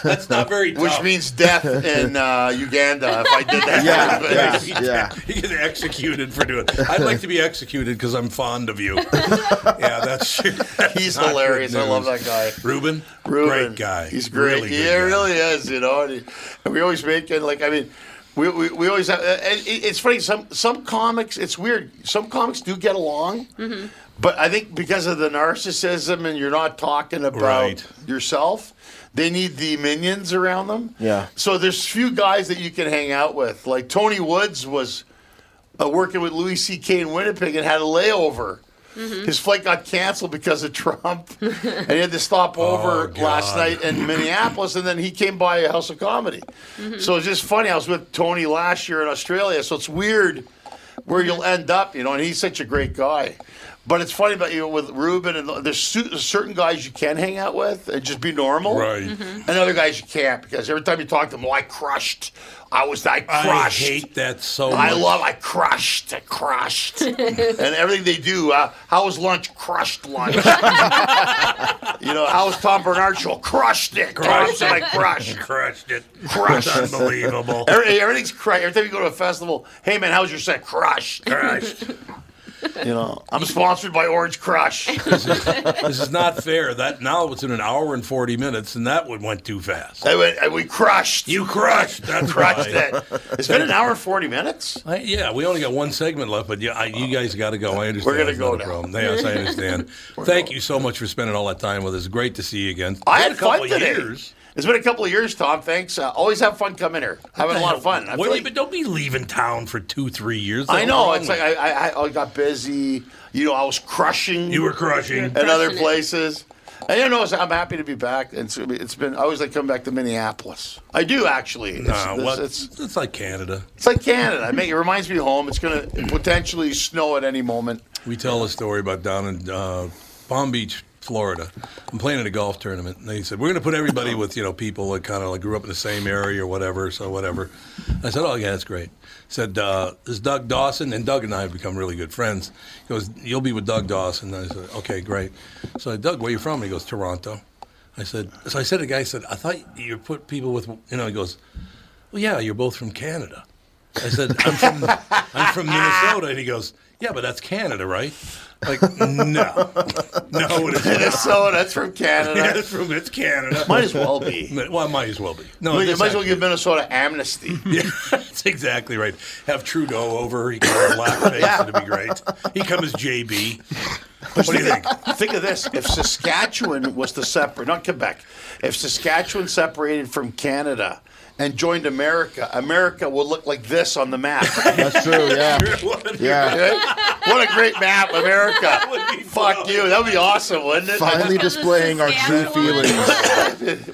That's not very.
Which
[laughs]
means death in uh, Uganda if I did that.
Yeah,
[laughs] But-
yeah, You get executed for doing it. I'd like to be executed because I'm fond of
[laughs]
you. yeah, that's. [laughs] that's
He's
not good
hilarious. I love
news.
that guy.
Ruben,
Ruben.
great guy.
He's great.
Really
yeah,
good guy.
he really is. You know, and, he- and we always make it like I mean, we, we, we always have. uh, And it- it's funny. Some some comics. It's weird. Some comics do get along,
Mhm.
but I think because of the narcissism and you're not talking about
Right.
yourself, they need the minions around them.
Yeah.
So there's few guys that you can hang out with. Like Tony Woods was uh, working with Louis C.K. in Winnipeg and had a layover. His flight got canceled because of Trump, [laughs] and he had to stop
Oh,
over last night in Minneapolis, and then he came by a House of Comedy. So it's just funny. I was with Tony last year in Australia, so it's weird where you'll end up, you know. And he's such a great guy, but it's funny about you know, with Ruben and there's su- certain guys you can hang out with and just be normal,
Right. Mhm.
And other guys you can't because every time you talk to them, well, I crushed. I was I
I
crushed.
hate that so much.
I love. I crushed. I [laughs] crushed. and everything they do. Uh, how was lunch? Crushed [laughs] lunch. you know. How was Tom Bernard show? Crushed it. Tom said I crushed.
crushed it.
Crushed.
It's unbelievable.
Every, everything's crushed. Every time you go to a festival, hey man, how was your set? Crushed.
[laughs] Crushed.
you know. I'm sponsored by Orange Crush.
this is not fair. That now it's in an hour and forty minutes, and that one went too fast.
I went, I- we crushed.
You crushed. That's
[laughs] crushed
right.
it. It's been an hour and forty minutes.
I, yeah, we only got one segment left, but yeah, I, you guys got to go. I understand.
We're gonna
That's not
go
a
now.
problem. Yes, I
[laughs]
understand. Thank you so much for spending all that time with us. Great to see you again.
I
Been
had
a couple
fun
of
today.
years.
It's been a couple of years, Tom. Thanks. Uh, always have fun coming here. Having a lot of fun. I
Well,
feel
you- but don't be leaving town for two, three years.
I
That's
know.
wrong.
It's like I, I, I- I got busy. You know, I was crushing.
You were crushing. You were
in
crushing
other
it.
places. And you know, it's- I'm happy to be back. It's, it's been. I always like coming back to Minneapolis. I do actually. It's,
Nah,
it's-
what-
it's,
it's like Canada.
it's like Canada. I mean, it reminds me of home. It's going to potentially snow at
[laughs]
any moment.
We tell a story about down in uh, Palm Beach, Florida. I'm playing in a golf tournament, and they said we're going to put everybody with you know people that kind of like grew up in the same area or whatever, so whatever. I said, oh yeah, that's great. Said uh, this is Doug Dawson, and Doug and I have become really good friends. He goes, you'll be with Doug Dawson. I said, okay, great. So I, Doug, where you from? And he goes, Toronto. I said, so I said, to the guy I said, I thought you put people with you know. He goes, well, yeah, you're both from Canada. I said, I'm from, I'm from Minnesota. And he goes, yeah, but that's Canada, right? Like, no. No, it is not.
Minnesota, it's from Canada.
[laughs] Yeah, it's from it's Canada.
Might as well be.
Well, it might as well be. No,
No, you
this
might as well
actually-
give Minnesota amnesty.
[laughs] that's exactly right. Have Trudeau over. He can wear a black face. It'd be great. He comes
[laughs]
JB. What do you think?
Think of this: if Saskatchewan was to separate, not Quebec, if Saskatchewan separated from Canada and joined America, America would look like this on the map.
That's true. Yeah. Yeah.
what a great map, America! Fuck you. That would be awesome, wouldn't it?
Finally displaying our true feelings.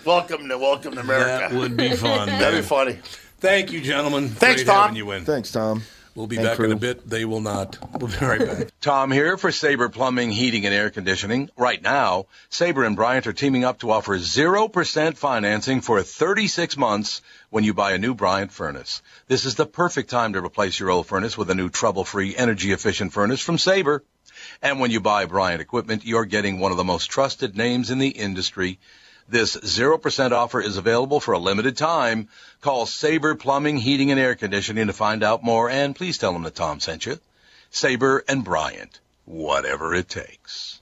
welcome to welcome to America.
That would be fun.
That'd
man.
be funny.
Thank you, gentlemen.
Thanks,
Great
Tom.
having You in.
Thanks, Tom.
We'll be
And
back in a
crew.
bit. They will not. We'll be right back.
Tom here for Sabre Plumbing, Heating, and Air Conditioning. Right now, Sabre and Bryant are teaming up to offer 0% financing for 36 months when you buy a new Bryant furnace. This is the perfect time to replace your old furnace with a new trouble-free, energy-efficient furnace from Sabre. And when you buy Bryant equipment, you're getting one of the most trusted names in the industry. This 0% offer is available for a limited time. Call Sabre Plumbing, Heating, and Air Conditioning to find out more, and please tell them that Tom sent you. Saber and Bryant, whatever it takes.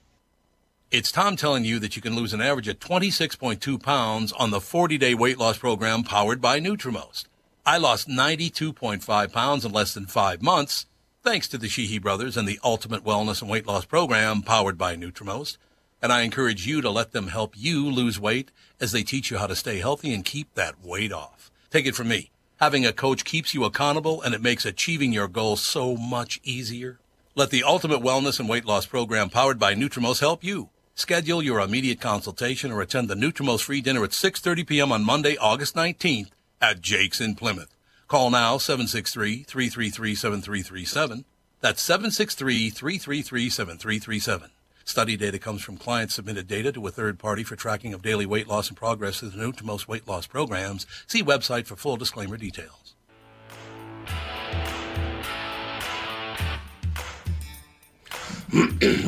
It's Tom telling you that you can lose an average of 26.2 pounds on the 40 day weight loss program powered by Nutrimost. I lost 92.5 pounds in less than five months Thanks to the Sheehy Brothers and the Ultimate Wellness and Weight Loss Program powered by Nutrimost. And I encourage you to let them help you lose weight as they teach you how to stay healthy and keep that weight off. Take it from me. Having a coach keeps you accountable and it makes achieving your goals so much easier. Let the Ultimate Wellness and Weight Loss Program powered by Nutrimos help you. Schedule your immediate consultation or attend the Nutrimos free dinner at 6:30 p.m. on Monday, August 19th at Jake's in Plymouth. Call now 763-333-7337. That's 763-333-7337. Study data comes from clients submitted data to a third party for tracking of daily weight loss and progress through the Nutrimos weight loss programs. See website for full disclaimer details.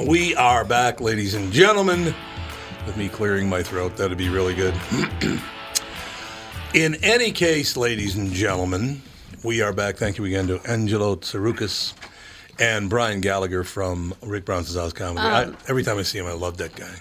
we are back, ladies and gentlemen. With me clearing my throat, that'd be really good. [clears throat] In any case, ladies and gentlemen, we are back. Thank you again to Angelo Tsaroukas and Brian Gallagher from Rick Brownson's House Comedy.
Um,
I, every time I see him, I love that guy.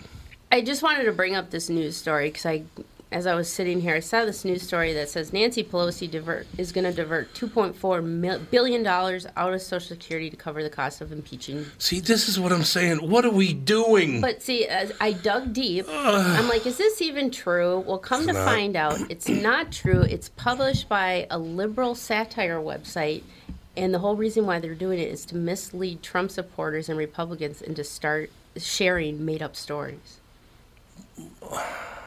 I just wanted to bring up this news story because I, as I was sitting here, I saw this news story that says Nancy Pelosi divert, is going to divert 2.4 mil, billion dollars out of Social Security to cover the cost of impeaching.
See, this is what I'm saying. What are we doing?
But see, as I
[sighs]
dug deep, I'm like, is this even true? Well, come
It's
to
not.
find out, it's not true. It's published by a liberal satire website. And the whole reason why they're doing it is to mislead Trump supporters and Republicans into start sharing made up stories.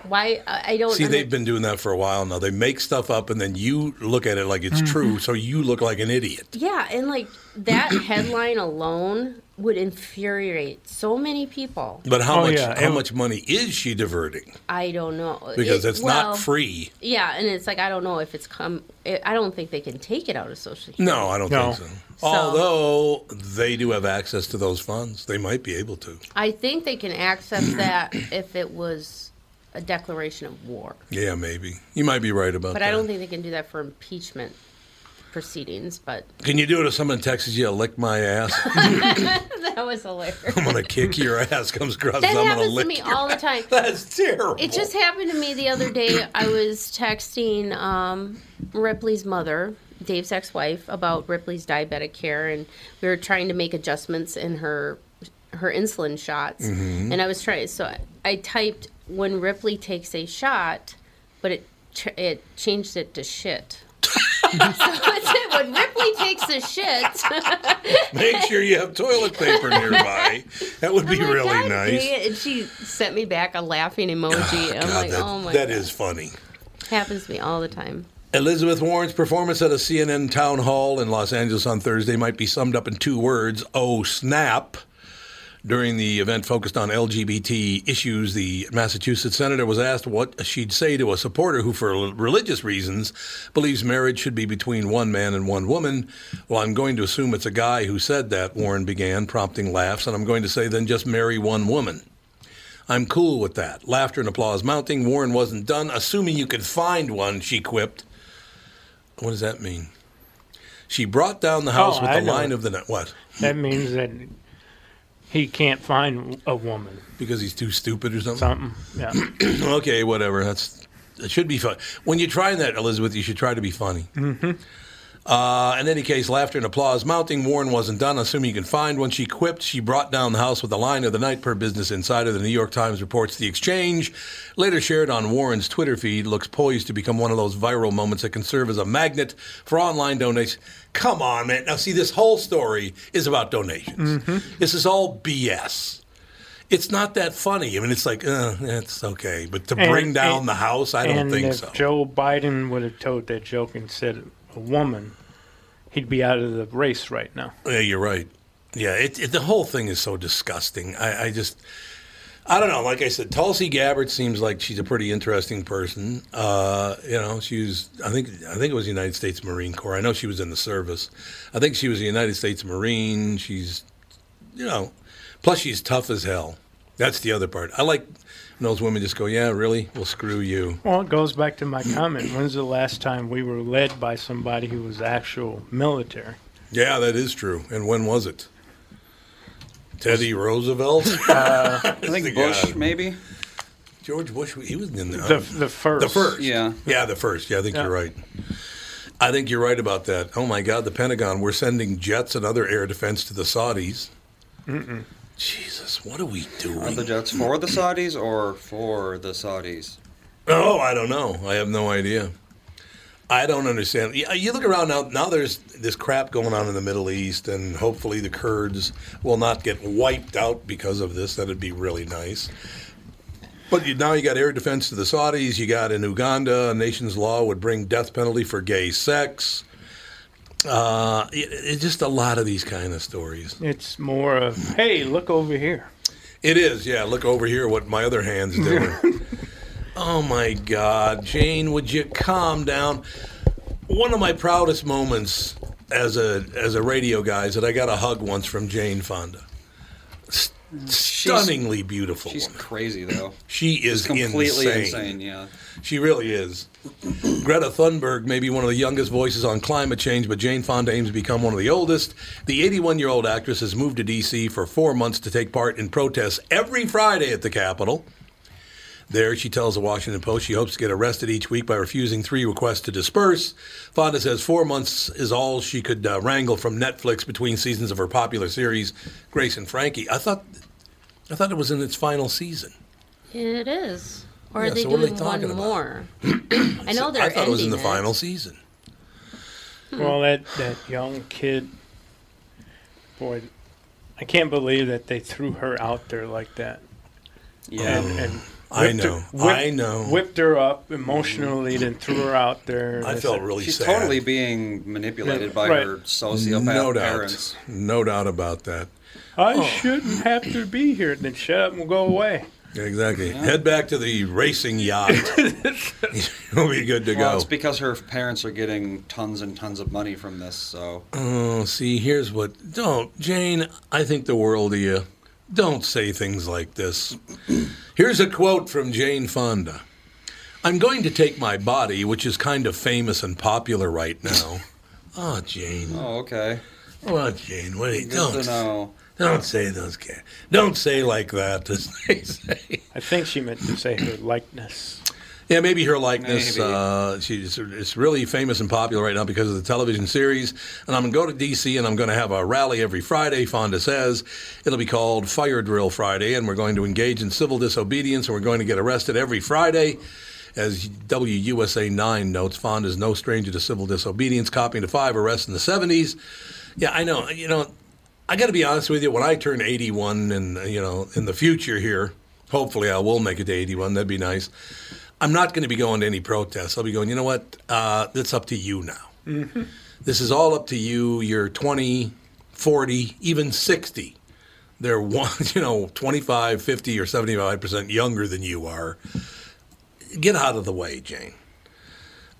Why? I I don't
See,
under-
they've been doing that for a while now. They make stuff up and then you look at it like it's
Mm-hmm.
true, so you look like an idiot.
Yeah, and like
[coughs]
that headline alone would infuriate so many people.
But how
Oh,
much
yeah,
how
and-
much money is she diverting?
I don't know
Because
It-
it's
well,
not free.
Yeah, and it's like I don't know if it's come. I I don't think they can take it out of social. Security.
No, I don't
No.
think so. Although they do have access to those funds, they might be able to.
I think they can access that [clears throat] if it was a declaration of war,
Yeah, maybe. You might be right about
but
that.
I don't think they can do that for impeachment proceedings. But [laughs]
Can you do it if someone texts you, lick my ass?
that was hilarious.
I'm going to kick
[laughs]
your ass, comes across,
That
I'm going
happens
lick
to me
your
all the time.
That's terrible.
It just happened to me the other day. I was texting um, Ripley's mother, Dave's ex-wife, about Ripley's diabetic care, and we were trying to make adjustments in her her insulin shots.
Mm-hmm.
Mhm.
And I was trying, so I, I typed when Ripley takes a shot, but it ch- it changed it to shit. [laughs] so it said when Ripley takes a shit. [laughs]
Make sure you have toilet paper
[laughs]
nearby. That would be really nice. Ah,
And she sent me back a laughing emoji. and I'm
God,
like,
that-
oh my
that
God.
is funny.
Happens to me all the time.
Elizabeth Warren's performance at a CNN town hall in Los Angeles on Thursday might be summed up in two words oh, snap. During the event focused on LGBT issues, the Massachusetts senator was asked what she'd say to a supporter who, for religious reasons, believes marriage should be between one man and one woman. Well, I'm going to assume it's a guy who said that, Warren began, prompting laughs, and I'm going to say, then just marry one woman. I'm cool with that. Laughter and applause mounting. Warren wasn't done. Assuming you could find one, she quipped. What does that mean? She brought down the house
Oh,
with
I
the
know.
line of the net. What?
That means that he can't find a woman.
Because he's too stupid or something?
Something. Yeah.
okay, whatever. That's it should be fun. When you try that, Elizabeth, you should try to be funny.
Mhm.
Uh, in any case, laughter and applause mounting. Warren wasn't done. Assuming you can find one, she quipped. She brought down the house with the line of the night per Business Insider. The New York Times reports the exchange, later shared on Warren's Twitter feed, looks poised to become one of those viral moments that can serve as a magnet for online donations. Come on, man. Now, see, this whole story is about donations.
Mm-hmm.
This is all BS. It's not that funny. I mean, it's like, uh, it's okay. But to
And-
bring down
and-
the house, I don't
and
think
if
so.
Joe Biden would have told that joke and said a woman, he'd be out of the race right now.
Yeah, you're right. Yeah, it, it, the whole thing is so disgusting. I, I just, I don't know. Like I said, Tulsi Gabbard seems like she's a pretty interesting person. Uh, you know, she was, I think, I think it was United States Marine Corps. I know she was in the service. I think she was a United States Marine. She's, you know, plus she's tough as hell. That's the other part. I like when those women just go, yeah, really? Well, screw you.
Well, it goes back to my comment. When's the last time we were led by somebody who was actual military?
Yeah, that is true. And when was it? Teddy Roosevelt?
I think Bush, maybe.
George Bush, he was in
The- the first.
The first.
Yeah.
Yeah, the first. Yeah, I think
Yeah.
you're right. I think you're right about that. Oh my God, the Pentagon, we're sending jets and other air defense to the Saudis.
Mm-mm.
Jesus, what are we doing?
Are the jets for the Saudis or for the Saudis?
Oh, I don't know. I have no idea. I don't understand. uh, You you look around now. Now there's this crap going on in the Middle East, and hopefully the Kurds will not get wiped out because of this. That'd be really nice. But you, now you got air defense to the Saudis. You got in Uganda, a nation's law would bring death penalty for gay sex. Uh, it- it's just a lot of these kind of stories.
It's more of, hey, look over here.
It is, yeah. Look over here what my other hand's doing. oh my God. Jane, would you calm down? One of my proudest moments as a as a radio guy is that I got a hug once from Jane Fonda. S- Stunningly beautiful.
She's
woman.
crazy though.
She is
She's completely
insane.
insane. Yeah.
She really is. [clears throat] Greta Thunberg may be one of the youngest voices on climate change, but Jane Fonda aims to become one of the oldest. The 81 year old actress has moved to D.C. for four months to take part in protests every Friday at the Capitol. There, she tells the Washington Post she hopes to get arrested each week by refusing three requests to disperse. Fonda says four months is all she could uh, wrangle from Netflix between seasons of her popular series, Grace and Frankie. I thought, I thought it was in its final season.
It is. Or
Yeah,
are they
so what are they
doing
talking
one
about? [clears throat]
more? I know they're
I thought it was in the
ending
final season.
Well, that, that young kid, boy, I can't believe that they threw her out there like that.
Yeah.
And, and
I
whipped
know.
Her, whipped,
I know.
Whipped her up emotionally, then threw her out there.
I
It's
felt
like-
really She's sad. totally being manipulated by her sociopath
no doubt.
parents.
No doubt about that.
I
Oh.
shouldn't have to be here. Then shut up and go away.
Exactly. Head back to the
[laughs]
racing yacht. You'll be good to
Well,
go.
it's because her parents are getting tons and tons of money from this. So
Oh, see, here's what. Don't, Jane, I think the world of you. Don't say things like this. Here's a quote from Jane Fonda I'm going to take my body, which is kind of famous and popular right
[laughs]
now. oh, Jane.
Oh, okay.
Well, Jane, what are you
Good
don't,
to know.
don't say those. ca- Don't say like that.
I think she meant to say her likeness.
Yeah, maybe her likeness.
Maybe.
Uh, she's it's really famous and popular right now because of the television series. And I'm going to go to D.C. and I'm going to have a rally every Friday. Fonda says it'll be called Fire Drill Friday, and we're going to engage in civil disobedience, and we're going to get arrested every Friday. As WUSA 9 notes, Fonda is no stranger to civil disobedience, copying to five arrests in the 70s. Yeah, I know. You know, I got to be honest with you. When I turn 81, and uh, you know, in the future here, hopefully I will make it to 81. That'd be nice. I'm not going to be going to any protests. I'll be going. You know what? Uh, that's up to you now.
Mm-hmm.
This is all up to you. You're 20, 40, even 60. They're one, [laughs] you know, 25, 50, or 75 percent younger than you are. Get out of the way, Jane.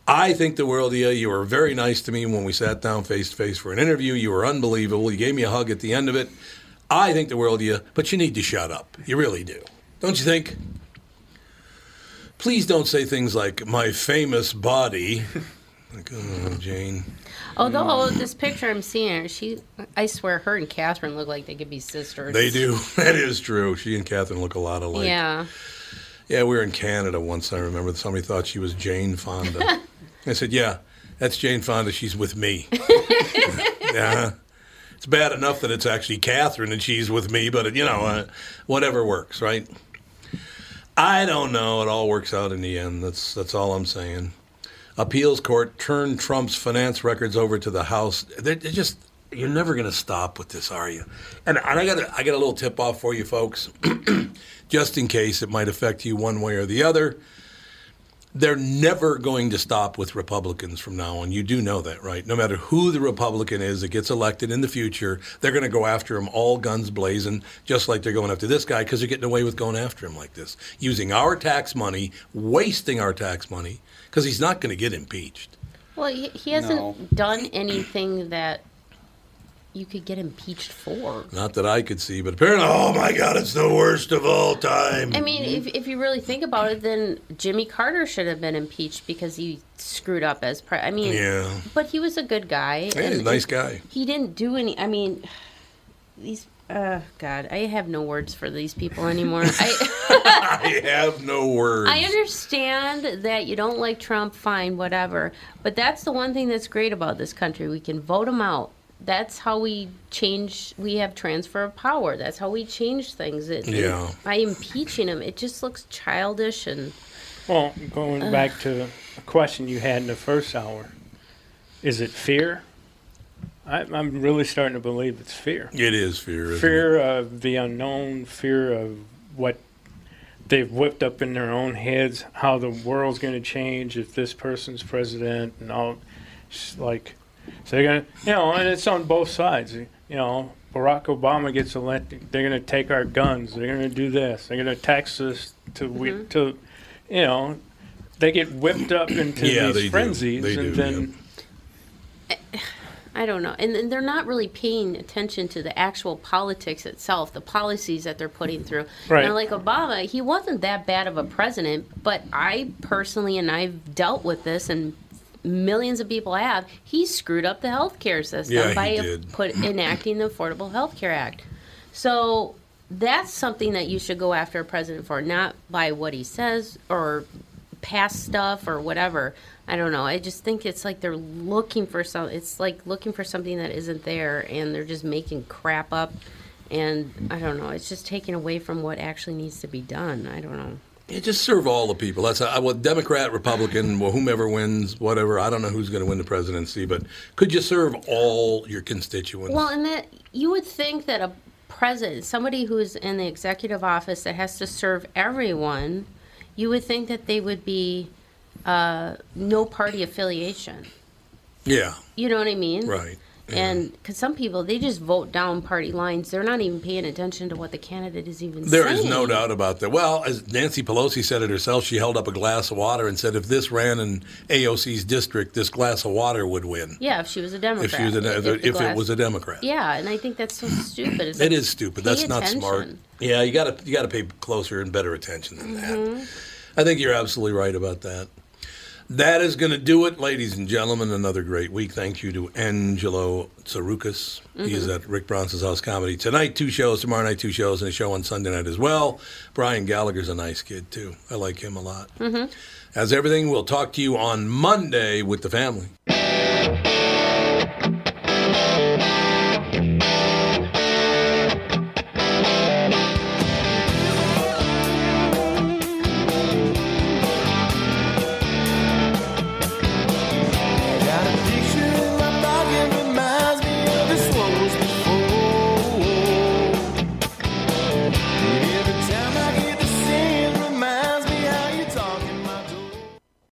I think the world of you. You were very nice to me when we sat down face to face for an interview. You were unbelievable. You gave me a hug at the end of it. I think the world of you, but you need to shut up. You really do. Don't you think? Please don't say things like my famous body. [laughs] Like, oh, Jane.
Although this picture I'm seeing, she, I swear, her and Catherine look like they could be sisters.
They do. [laughs] That is true. She and Catherine look a lot alike.
yeah.
Yeah, we were in Canada once. I remember somebody thought she was Jane Fonda. I said, "Yeah, that's Jane Fonda. She's with me." yeah, it's bad enough that it's actually Catherine and she's with me, but you know, uh, whatever works, right? I don't know. It all works out in the end. That's that's all I'm saying. Appeals court turned Trump's finance records over to the House. They're, they're just you're never going to stop with this, are you? And, and I got a, I got a little tip off for you folks, just in case it might affect you one way or the other. They're never going to stop with Republicans from now on. You do know that, right? No matter who the Republican is that gets elected in the future, they're going to go after him all guns blazing, just like they're going after this guy because they're getting away with going after him like this, using our tax money, wasting our tax money because he's not going to get impeached.
Well, he, he hasn't
No.
done anything that you could get impeached for.
Not that I could see, but apparently, oh my God, it's the worst of all time.
I mean, if, if you really think about it, then Jimmy Carter should have been impeached because he screwed up as pre. I mean,
Yeah.
but he was a good guy.
Yeah, he's a
and
nice
he-
guy.
He didn't do any. I mean, these. uh, God, I have no words for these people anymore. I,
I have no words.
I understand that you don't like Trump, fine, whatever. But that's the one thing that's great about this country. We can vote him out. That's how we change. We have transfer of power. That's how we change things. It,
Yeah.
By impeaching him, it just looks childish and.
Well, going
Ugh.
back to a question you had in the first hour, is it fear? I, I'm really starting to believe it's fear.
It is fear. Isn't It?
fear of the unknown, fear of what they've whipped up in their own heads, how the world's going to change if this person's president, and all. It's like, so they're going to, you know, and it's on both sides. You know, Barack Obama gets elected, they're going to take our guns, they're going to do this, they're going to tax us to we
Mhm.
to, you know, they get whipped up into
Yeah, they
these
do.
frenzies,
They
and
do,
then.
yeah.
I don't know. And, and they're not really paying attention to the actual politics itself, the policies that they're putting through.
Right.
Now, like Obama, he wasn't that bad of a president, but I personally, and I've dealt with this, and millions of people have, he screwed up the health care system
Yeah, he
by
did.
Put, enacting the Affordable Health Care Act. So that's something that you should go after a president for, not by what he says or past stuff or whatever. I don't know. I just think it's like they're looking for some. It's like looking for something that isn't there, and they're just making crap up. And I don't know. It's just taking away from what actually needs to be done. I don't know.
Yeah, just serve all the people. That's I well, Democrat, Republican, well, whomever wins, whatever. I don't know who's going to win the presidency, but could you serve all your constituents?
Well, and that you would think that a president, somebody who's in the executive office that has to serve everyone, you would think that they would be uh, no party affiliation.
yeah,
You know what I mean?
right.
And because some people they just vote down party lines, they're not even paying attention to what the candidate is even
There
saying.
is no doubt about that. Well, as Nancy Pelosi said it herself, she held up a glass of water and said, if this ran in AOC's district, this glass of water would win.
Yeah, if she was a Democrat.
If she was a, if,
the
it
glass-
was a Democrat.
Yeah, and I think that's so stupid. It's
It
like,
is stupid.
pay
That's not
attention.
smart. Yeah, you got to you got to pay closer and better attention than that.
Mhm.
I think you're absolutely right about that. That is going to do it, ladies and gentlemen. Another great week. Thank you to Angelo Tsarukis. He is
Mhm.
at Rick Bronson's House Comedy tonight. Two shows tomorrow night. Two shows and a show on Sunday night as well. Brian Gallagher's a nice kid too. I like him a lot.
Mm-hmm.
As everything, we'll talk to you on Monday with the family.